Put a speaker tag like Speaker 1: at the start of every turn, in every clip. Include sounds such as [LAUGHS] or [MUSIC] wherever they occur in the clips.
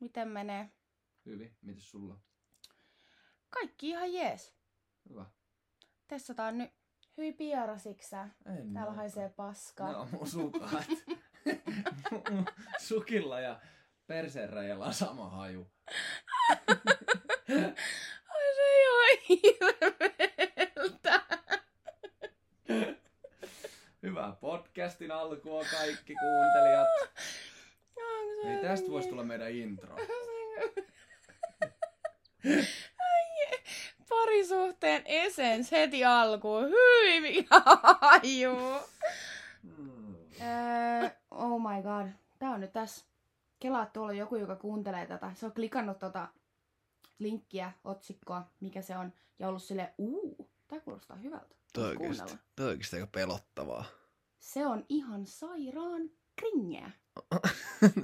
Speaker 1: Miten menee?
Speaker 2: Hyvin. Mitäs sulla?
Speaker 1: Kaikki ihan jees.
Speaker 2: Hyvä.
Speaker 1: Testataan nyt. Hyi piara siksä.
Speaker 2: En
Speaker 1: Täällä
Speaker 2: mä-
Speaker 1: haisee paskaa.
Speaker 2: Ne on mun sukat. [LAUGHS] Mun Sukilla ja persereillä on sama haju.
Speaker 1: Ai se ei ole hirveeltä.
Speaker 2: Hyvää podcastin alkua kaikki kuuntelijat.
Speaker 1: Onko se
Speaker 2: Ei tästä voisi
Speaker 1: jotenkin-
Speaker 2: tulla meidän intro.
Speaker 1: Ai, Parisuhteen esens heti alkuun. Hyi mikä haju.
Speaker 2: Hmm.
Speaker 1: Öö, oh my god. Tää on nyt tässä. Kelaa tuolla on joku, joka kuuntelee tätä. Se on klikannut tota linkkiä, otsikkoa, mikä se on, ja ollut silleen, uu, tää kuulostaa hyvältä.
Speaker 2: Toi
Speaker 1: Vois
Speaker 2: oikeesti,
Speaker 1: kuunnella.
Speaker 2: toi oikeesti aika pelottavaa. [LAUGHS]
Speaker 1: Se on ihan sairaan kringeä.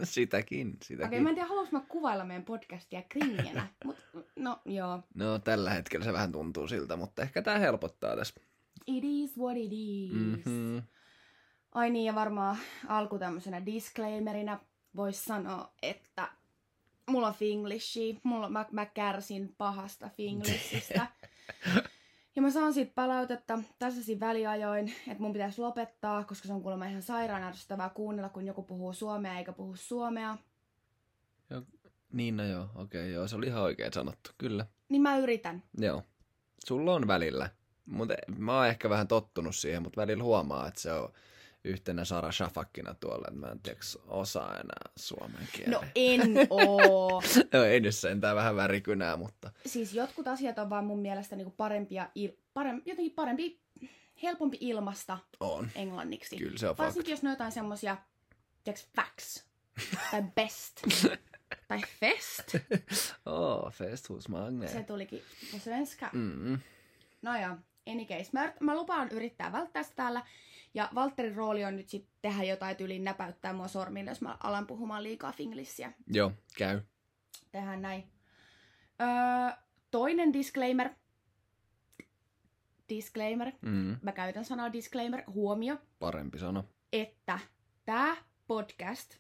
Speaker 2: sitäkin,
Speaker 1: Okei,
Speaker 2: sitäkin.
Speaker 1: okay, mä en tiedä, haluanko mä kuvailla meidän podcastia kringenä, mut no joo.
Speaker 2: No tällä hetkellä se vähän tuntuu siltä, mutta ehkä tää helpottaa tässä.
Speaker 1: It is what it is.
Speaker 2: Mhm.
Speaker 1: Ai niin, ja varmaan alku tämmöisenä disclaimerina voisi sanoa, että mulla on finglishia, mulla, mä, mä kärsin pahasta finglishistä. ja mä saan siitä palautetta tässä siinä väliajoin, että mun pitäisi lopettaa, koska se on kuulemma ihan sairaan ärsyttävää kuunnella, kun joku puhuu suomea eikä puhu suomea.
Speaker 2: Niin, no joo, okei, okay, joo, se oli ihan oikein sanottu, kyllä.
Speaker 1: Niin mä yritän.
Speaker 2: Joo. Sulla on välillä. Mut e, mä oon ehkä vähän tottunut siihen, mutta välillä huomaa, että se on yhtenä Sara Shafakkina tuolla, että mä en tiedä, osaa enää suomen kieltä.
Speaker 1: No
Speaker 2: [LAUGHS]
Speaker 1: en oo.
Speaker 2: No. ei nyt sentään vähän värikynää, mutta
Speaker 1: siis jotkut asiat on vaan mun mielestä niinku parempia, il, parem, jotenkin parempi, helpompi ilmasta
Speaker 2: on.
Speaker 1: englanniksi.
Speaker 2: Kyllä se on
Speaker 1: Varsinkin
Speaker 2: fakta.
Speaker 1: jos ne on jotain semmosia, tiiäks, facts, tai best, tai fest.
Speaker 2: Oh, festhusmagne.
Speaker 1: Se tulikin på svenska.
Speaker 2: Mm.
Speaker 1: No joo, any case. Mä, yrit- mä lupaan yrittää välttää sitä täällä. Ja Valtterin rooli on nyt sit tehdä jotain tyyliin näpäyttää mua sormille, jos mä alan puhumaan liikaa finglissiä.
Speaker 2: Joo, käy.
Speaker 1: Tehdään näin. Öö, toinen disclaimer. Disclaimer.
Speaker 2: Mm.
Speaker 1: Mä käytän sanaa disclaimer. Huomio.
Speaker 2: Parempi sana.
Speaker 1: että tämä podcast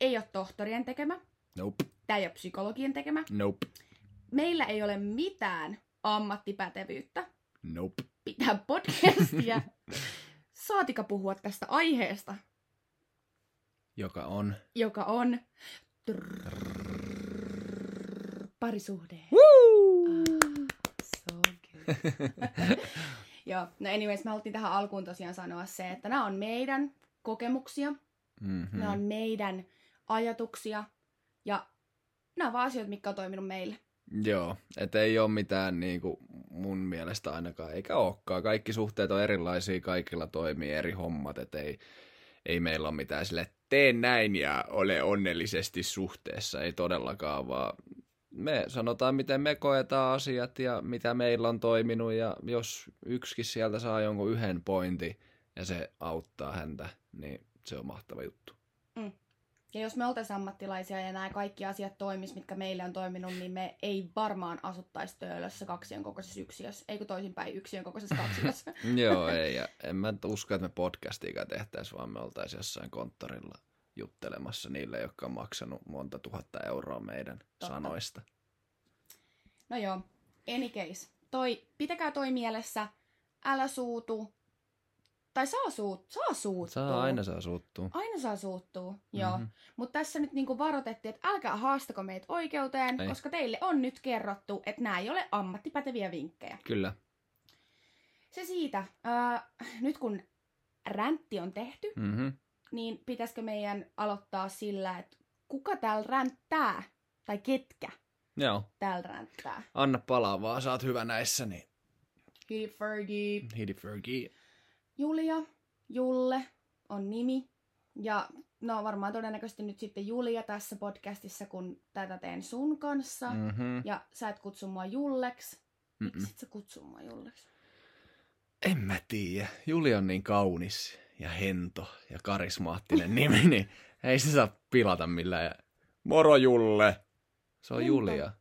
Speaker 1: ei ole tohtorien tekemä,
Speaker 2: Nope,
Speaker 1: tämä ei ole psykologien tekemä.
Speaker 2: nope,
Speaker 1: Meillä ei ole mitään ammattipätevyyttä
Speaker 2: nope.
Speaker 1: pitää [LAUGHS] podcastia. Saatika puhua tästä aiheesta,
Speaker 2: Joka on.
Speaker 1: joka on parisuhde. So good. [LAUGHS] Joo, no anyways, me haluttiin tähän alkuun tosiaan sanoa se, että nämä on meidän kokemuksia,
Speaker 2: Mm-hmm.
Speaker 1: Nämä on meidän ajatuksia ja nämä on vaan asioita, mitkä on toiminut meille.
Speaker 2: Joo, et ei ole mitään niinku mun mielestä ainakaan, eikä olekaan. Kaikki suhteet on erilaisia, kaikilla toimii eri hommat, et ei, ei meillä ole mitään sille, tee näin ja ole onnellisesti suhteessa, ei todellakaan, vaan me sanotaan, miten me koetaan asiat ja mitä meillä on toiminut ja jos yksikin sieltä saa jonkun yhden pointin ja se auttaa häntä, niin se on mahtava juttu.
Speaker 1: Mm. Ja jos me oltaisiin ammattilaisia ja nämä kaikki asiat toimis, mitkä meille on toiminut, niin me ei varmaan asuttaisi töölössä kaksien kokoisessa yksiössä. Eikö toisinpäin yksiön kokoisessa
Speaker 2: [LAUGHS]
Speaker 1: kaksiossa?
Speaker 2: Joo, ei. Ja en mä usko, että me podcastiikaan tehtäisiin, vaan me oltaisiin jossain konttorilla juttelemassa niille, jotka on maksanut monta tuhatta euroa meidän
Speaker 1: Totta.
Speaker 2: Totta. sanoista.
Speaker 1: no joo, any case. Toi, pitäkää toi mielessä, älä suutu. Tai saa, suut, saa suuttua.
Speaker 2: Saa aina saa suuttua.
Speaker 1: Aina saa suuttua, joo.
Speaker 2: Mhm.
Speaker 1: Mutta tässä nyt niinku varoitettiin, että älkää haastako meitä oikeuteen,
Speaker 2: Ei.
Speaker 1: koska teille on nyt kerrottu, että nämä ei ole ammattipäteviä vinkkejä.
Speaker 2: Kyllä.
Speaker 1: Se siitä. Äh, nyt kun räntti on tehty,
Speaker 2: Mm-hmm.
Speaker 1: niin pitäisikö meidän aloittaa sillä, että kuka täällä ränttää? Tai ketkä
Speaker 2: Joo.
Speaker 1: täällä ränttää?
Speaker 2: Anna palaa vaan, sä oot hyvä näissä, niin
Speaker 1: Hidi Fergie.
Speaker 2: hidi Fergie.
Speaker 1: Julia, Julle on nimi. Ja no varmaan todennäköisesti nyt sitten Julia tässä podcastissa, kun tätä teen sun kanssa. Mm.
Speaker 2: Mm-hmm.
Speaker 1: Ja sä et kutsu mua Julleksi.
Speaker 2: Mm-mm.
Speaker 1: Miksi et sä kutsu mua Julleksi?
Speaker 2: En mä tiedä. Juli on niin kaunis ja hento ja karismaattinen nimi, [LAUGHS] niin ei se saa pilata millään. Moro Julle! Se on
Speaker 1: Hento.
Speaker 2: Julia.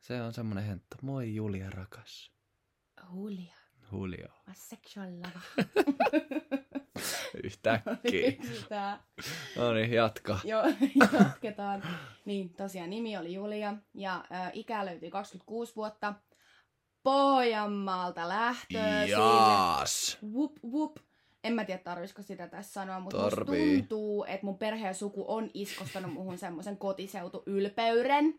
Speaker 2: Se on semmonen hento. Moi Julia rakas.
Speaker 1: Julia,
Speaker 2: Julio.
Speaker 1: [LAUGHS] mä oon sexual lava. [LAUGHS]
Speaker 2: Yhtäkkiä.
Speaker 1: Tää.
Speaker 2: No niin, jatka.
Speaker 1: Joo, [LAUGHS] jatketaan. Niin, tosiaan nimi oli Julia ja ö, ikää löytyi 26 vuotta. Pohjanmaalta lähtöisin.
Speaker 2: Jaas.
Speaker 1: Whoop, whoop. En mä tiedä, tarvisiko sitä tässä sanoa, mutta musta
Speaker 2: Tarvii.
Speaker 1: tuntuu, että mun perhe ja suku on iskostanut muhun semmoisen kotiseutuylpeyden.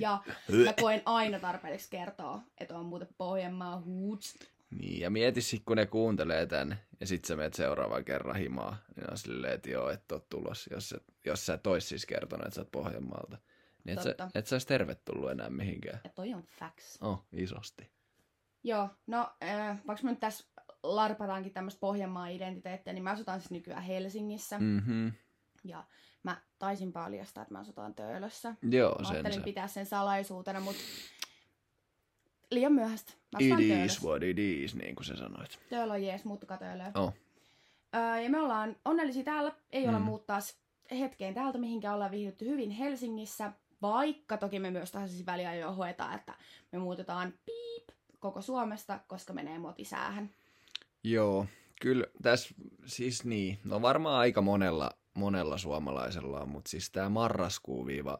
Speaker 1: ja mä koen aina tarpeelliseksi kertoa, että on muuten Pohjanmaa hoots.
Speaker 2: Niin, ja mieti sit, kun ne kuuntelee tän, ja sit sä meet seuraavan kerran himaa, niin ne on silleen, että joo, et oo tulos, jos, sä- jos sä et ois siis kertonut, että sä oot Pohjanmaalta. Niin et sä,
Speaker 1: Totta.
Speaker 2: et sä ois tervetullut enää mihinkään.
Speaker 1: Ja toi on facts.
Speaker 2: Oh, isosti.
Speaker 1: Joo, no äh, vaikka me nyt tässä larpataankin tämmöistä Pohjanmaan identiteettiä, niin mä asutaan siis nykyään Helsingissä. Mm.
Speaker 2: Mhm.
Speaker 1: Ja mä taisin paljastaa, että mä asutaan Töölössä.
Speaker 2: Joo,
Speaker 1: Mä
Speaker 2: sen
Speaker 1: ajattelin
Speaker 2: se.
Speaker 1: pitää sen salaisuutena, mutta liian myöhäistä. Mä asutaan
Speaker 2: It
Speaker 1: Töölössä.
Speaker 2: is what it is, niin kuin sä sanoit.
Speaker 1: Töölö on jees, muuttukaa Töölöön.
Speaker 2: Oh.
Speaker 1: Öö, ja me ollaan onnellisia täällä, ei olla
Speaker 2: Mm.
Speaker 1: muuttaa hetkeen täältä, mihinkä ollaan viihdytty hyvin Helsingissä, vaikka toki me myös taas siis väliajoin hoetaan, että me muutetaan piip koko Suomesta, koska menee motisäähän.
Speaker 2: Joo, kyllä tässä siis niin, no varmaan aika monella, monella suomalaisella on, mutta siis tämä marraskuu viiva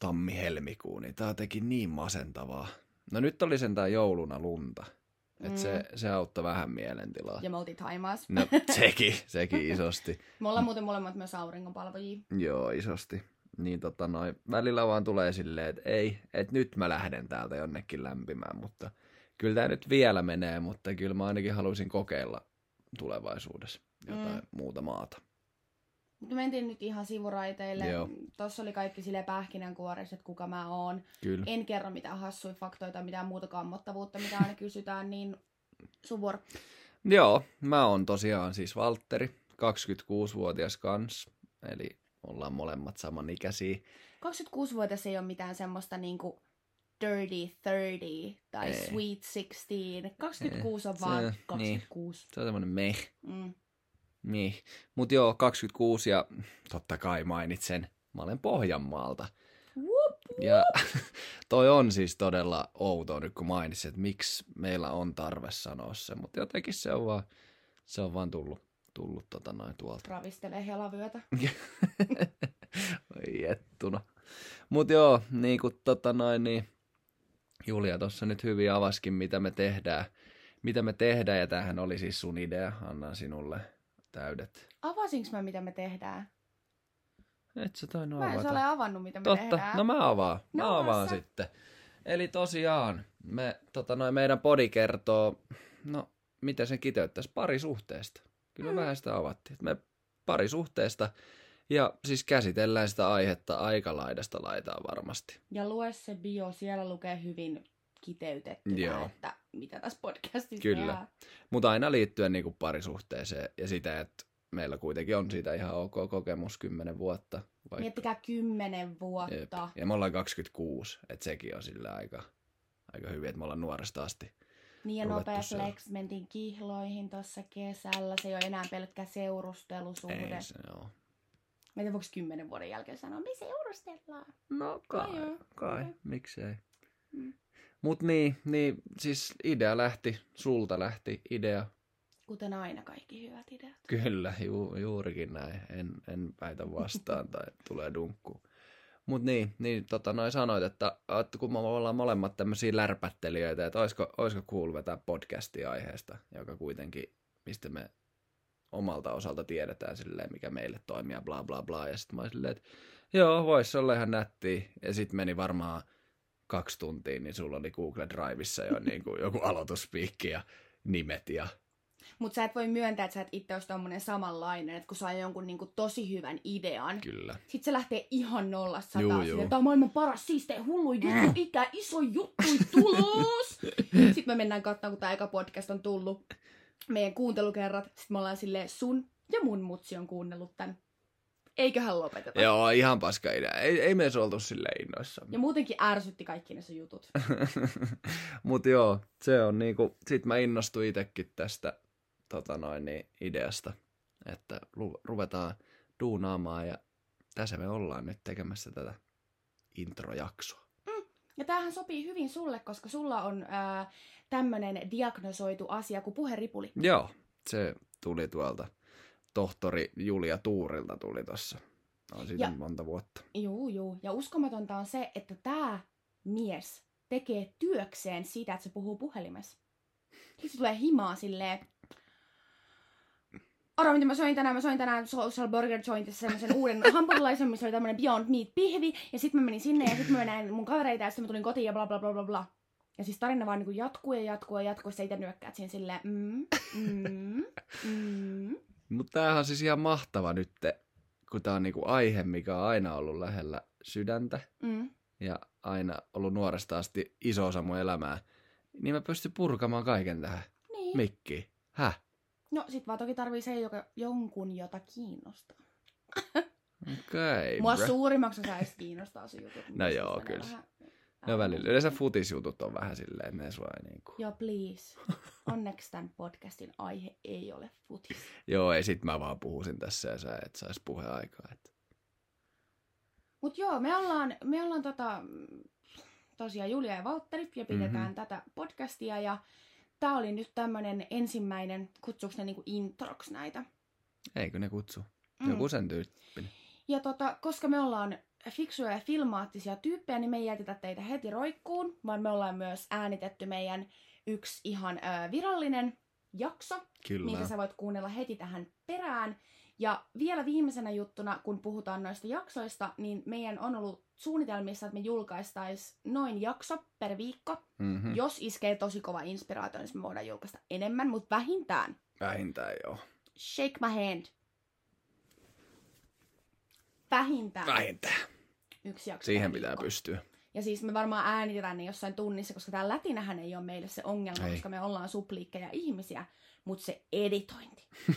Speaker 2: tammi-helmikuu, niin tämä teki niin masentavaa. No nyt oli sentään jouluna lunta, että
Speaker 1: Mm.
Speaker 2: se, se auttoi vähän mielentilaa.
Speaker 1: Ja me oltiin Taimaassa.
Speaker 2: No sekin, sekin isosti.
Speaker 1: Me ollaan muuten molemmat myös auringonpalvojia.
Speaker 2: Joo, isosti. Niin tota noin, välillä vaan tulee silleen, että ei, että nyt mä lähden täältä jonnekin lämpimään, mutta kyllä tämä nyt vielä menee, mutta kyllä mä ainakin haluaisin kokeilla tulevaisuudessa jotain
Speaker 1: Mm.
Speaker 2: mm. muuta maata.
Speaker 1: Mutta mentiin nyt ihan sivuraiteille.
Speaker 2: Joo.
Speaker 1: Tossa oli kaikki sille pähkinänkuoressa, että kuka mä oon.
Speaker 2: Kyllä.
Speaker 1: En kerro mitään hassuja faktoita, mitään muuta kammottavuutta, mitä
Speaker 2: [LAUGHS]
Speaker 1: aina kysytään, niin sun vuoro.
Speaker 2: Joo, mä oon tosiaan siis Valtteri, 26-vuotias kans, eli ollaan molemmat samanikäisiä.
Speaker 1: 26-vuotias ei ole mitään semmoista niinku dirty 30 tai
Speaker 2: Ei.
Speaker 1: sweet 16. 26 on
Speaker 2: Se-
Speaker 1: vaan
Speaker 2: niin.
Speaker 1: 26.
Speaker 2: Se on semmonen meh.
Speaker 1: Niin. Mm.
Speaker 2: Niin. Mut joo, 26 ja totta kai mainitsen, mä olen Pohjanmaalta.
Speaker 1: Whoop.
Speaker 2: Ja [LAUGHS] toi on siis todella outoa nyt kun mainitsit, että miksi meillä on tarve sanoa se, mutta jotenkin se on vaan, se on vaan tullut, tullut tota noin tuolta.
Speaker 1: Ravistelee helavyötä.
Speaker 2: [LAUGHS] Oi Jettuna. Mut joo, niin kuin tota noin, niin Julia tuossa nyt hyvin avaskin, mitä me tehdään. Mitä me tehdään, ja tämähän oli siis sun idea, annan sinulle täydet.
Speaker 1: Avasinko mä, mitä me tehdään?
Speaker 2: Et sä tainnut
Speaker 1: Mä en sä
Speaker 2: avata.
Speaker 1: ole avannut, mitä me
Speaker 2: Totta,
Speaker 1: tehdään.
Speaker 2: no mä avaan. Mä
Speaker 1: No,
Speaker 2: avaan
Speaker 1: sä-
Speaker 2: sitten. Eli tosiaan, me, tota, noin meidän podi kertoo, no miten sen kiteyttäisi, parisuhteesta. Kyllä
Speaker 1: Mm.
Speaker 2: mm. vähän sitä avattiin. Et Me parisuhteesta ja siis käsitellään sitä aihetta aikalaidasta laitaan varmasti.
Speaker 1: Ja lue se bio, siellä lukee hyvin kiteytettynä,
Speaker 2: Joo.
Speaker 1: että mitä tässä podcastissa
Speaker 2: Kyllä.
Speaker 1: tehdään.
Speaker 2: Mutta aina liittyen niinku parisuhteeseen ja sitä, että meillä kuitenkin on siitä ihan ok kokemus 10 vuotta. Vaikka,
Speaker 1: Miettikää kymmenen
Speaker 2: Jep.
Speaker 1: vuotta.
Speaker 2: ja me ollaan 26, että sekin on sillä aika, aika hyvin, että me ollaan nuoresta asti
Speaker 1: Niin ja
Speaker 2: Ruvettu
Speaker 1: nopea
Speaker 2: siellä.
Speaker 1: flex mentiin kihloihin tuossa kesällä. Se ei ole enää pelkkä seurustelusuhde.
Speaker 2: Ei se joo.
Speaker 1: Mä en tiedä, voiko kymmenen vuoden jälkeen sanoa, me seurustellaan.
Speaker 2: No
Speaker 1: No
Speaker 2: kai,
Speaker 1: joo,
Speaker 2: kai,
Speaker 1: joo.
Speaker 2: miksei.
Speaker 1: Mm.
Speaker 2: Mut niin, niin, siis idea lähti, sulta lähti idea.
Speaker 1: Kuten aina kaikki hyvät ideat.
Speaker 2: Kyllä, ju, juurikin näin. En, en väitä vastaan tai tulee dunkku. Mut niin, niin tota noin sanoit, että, että kun me ollaan molemmat tämmöisiä lärpättelijöitä, että oisko, oisko cool vetää podcastia aiheesta, joka kuitenkin, mistä me omalta osalta tiedetään silleen, mikä meille toimii ja bla bla bla. Ja sitten mä olin silleen, että joo, voisi olla ihan nätti. Ja sitten meni varmaan kaksi tuntia, niin sulla oli Google Driveissa jo [LAUGHS] niin kuin joku aloituspiikki ja nimet ja
Speaker 1: Mutta sä et voi myöntää, että sä et itse olisi tommonen samanlainen, että kun saa jonkun niinku tosi hyvän idean,
Speaker 2: kyllä.
Speaker 1: sit se lähtee ihan nollasta
Speaker 2: Juu,
Speaker 1: sataa.
Speaker 2: juu. Mm.
Speaker 1: silleen, Tää on maailman paras, siistein, hullu juttu, ikä, iso juttu,
Speaker 2: [LAUGHS]
Speaker 1: tulos! Sitten me mennään katsomaan, kun tää eka podcast on tullut. Meidän kuuntelukerrat. Sitten me ollaan silleen, sun ja mun mutsi on kuunnellut tän. Eiköhän lopeteta.
Speaker 2: Joo, ihan paska idea. Ei, ei me edes oltu sille innoissa.
Speaker 1: Ja muutenkin ärsytti kaikki ne sun jutut.
Speaker 2: [LAUGHS] Mut joo, se on niinku, sit mä innostuin itekin tästä tota noin, niin ideasta, että lu- ruvetaan duunaamaan ja tässä me ollaan nyt tekemässä tätä introjaksoa.
Speaker 1: Ja tämähän sopii hyvin sulle, koska sulla on ää, tämmönen diagnosoitu asia kuin puheripuli.
Speaker 2: Joo, se tuli tuolta tohtori Julia Tuurilta tuli tossa. On siitä
Speaker 1: Ja-
Speaker 2: monta vuotta.
Speaker 1: Juu, juu. Ja uskomatonta on se, että tämä mies tekee työkseen siitä, että se puhuu puhelimessa. Sitten se tulee himaa silleen, Aro, mitä mä söin tänään? Mä söin tänään Social Burger Jointissa semmoisen uuden hampurilaisen, missä oli tämmönen Beyond Meat pihvi. Ja sitten mä menin sinne ja sitten mä näin mun kavereita ja sitten mä tulin kotiin ja bla bla bla bla bla. Ja siis tarina vaan niinku jatkuu ja jatkuu ja jatkuu. Ja sä itse nyökkäät siinä silleen, mm, mm, mm.
Speaker 2: Mutta tämähän on siis ihan mahtava nyt, kun tämä on niinku aihe, mikä on aina ollut lähellä sydäntä
Speaker 1: mm.
Speaker 2: ja aina ollut nuoresta asti iso osa mun elämää. Niin mä pystyn purkamaan kaiken tähän.
Speaker 1: Niin.
Speaker 2: Mikki. Häh?
Speaker 1: No sit vaan toki tarvii se, joka jonkun jota kiinnostaa.
Speaker 2: Okei,
Speaker 1: Mua
Speaker 2: okay,
Speaker 1: suurimmaksi osaksi kiinnostaa sun jutut. mutta
Speaker 2: No
Speaker 1: siis
Speaker 2: joo,
Speaker 1: aina
Speaker 2: kyllä.
Speaker 1: vähän-
Speaker 2: No välillä. Yleensä futisjutut on vähän silleen, että ne sua ei niinku...
Speaker 1: Joo,
Speaker 2: [LAUGHS]
Speaker 1: please. Onneksi tämän podcastin aihe ei ole futis.
Speaker 2: Joo, ei sit mä vaan puhuisin tässä ja sä et sais puheaikaa. Et...
Speaker 1: Mut joo, me ollaan, me ollaan tota, mm, tosiaan Julia ja Valtteri ja pidetään
Speaker 2: Mhm.
Speaker 1: mm-hmm. tätä podcastia ja tää oli nyt tämmönen ensimmäinen, kutsuuko ne niinku introks näitä?
Speaker 2: Eikö ne kutsu? Mm. Joku sen tyyppinen.
Speaker 1: Ja tota, koska me ollaan fiksuja ja filmaattisia tyyppejä, niin me ei jätetä teitä heti roikkuun, vaan me ollaan myös äänitetty meidän yksi ihan ö, virallinen jakso,
Speaker 2: Kyllä.
Speaker 1: minkä sä voit kuunnella heti tähän perään. Ja vielä viimeisenä juttuna, kun puhutaan noista jaksoista, niin meidän on ollut suunnitelmissa, että me julkaistaisiin noin jakso per viikko. Mm.
Speaker 2: Mm-hmm.
Speaker 1: Jos iskee tosi kova inspiraatio, niin sit me voidaan julkaista enemmän, mutta vähintään
Speaker 2: Vähintään joo.
Speaker 1: shake my hand. Vähintään.
Speaker 2: Vähintään.
Speaker 1: Yksi jakso
Speaker 2: Siihen
Speaker 1: per
Speaker 2: pitää
Speaker 1: viikko.
Speaker 2: pystyä.
Speaker 1: Ja siis me varmaan äänitetään ne jossain tunnissa, koska tämä lätinähän ei ole meille se ongelma,
Speaker 2: Ei.
Speaker 1: ei. koska me ollaan supliikkeja ihmisiä, mutta se editointi. [LAUGHS]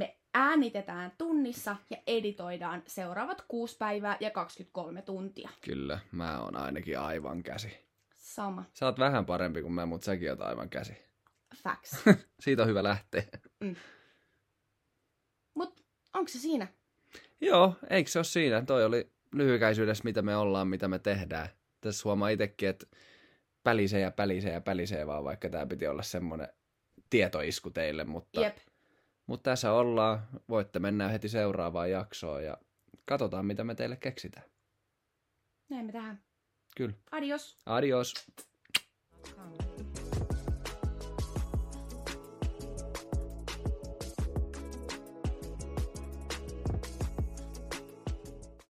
Speaker 1: me äänitetään tunnissa ja editoidaan seuraavat kuusi päivää ja 23 tuntia.
Speaker 2: Kyllä, mä oon ainakin aivan käsi.
Speaker 1: Sama.
Speaker 2: Sä oot vähän parempi kuin mä, mutta säkin oot aivan käsi. [LAUGHS]
Speaker 1: Facts.
Speaker 2: Siitä on hyvä lähteä.
Speaker 1: Mut onko se siinä?
Speaker 2: Joo, eikö se ole siinä? Toi oli lyhykäisyydessä, mitä me ollaan, mitä me tehdään. Tässä huomaa itsekin, että pälisee ja pälisee ja pälisee vaan, vaikka tämä piti olla semmoinen tietoisku teille. Mutta,
Speaker 1: Jep.
Speaker 2: mutta tässä ollaan. Voitte mennä heti seuraavaan jaksoon ja katsotaan, mitä me teille keksitään.
Speaker 1: Näin me tähän.
Speaker 2: Kyllä.
Speaker 1: Adios.
Speaker 2: Adios.
Speaker 3: Come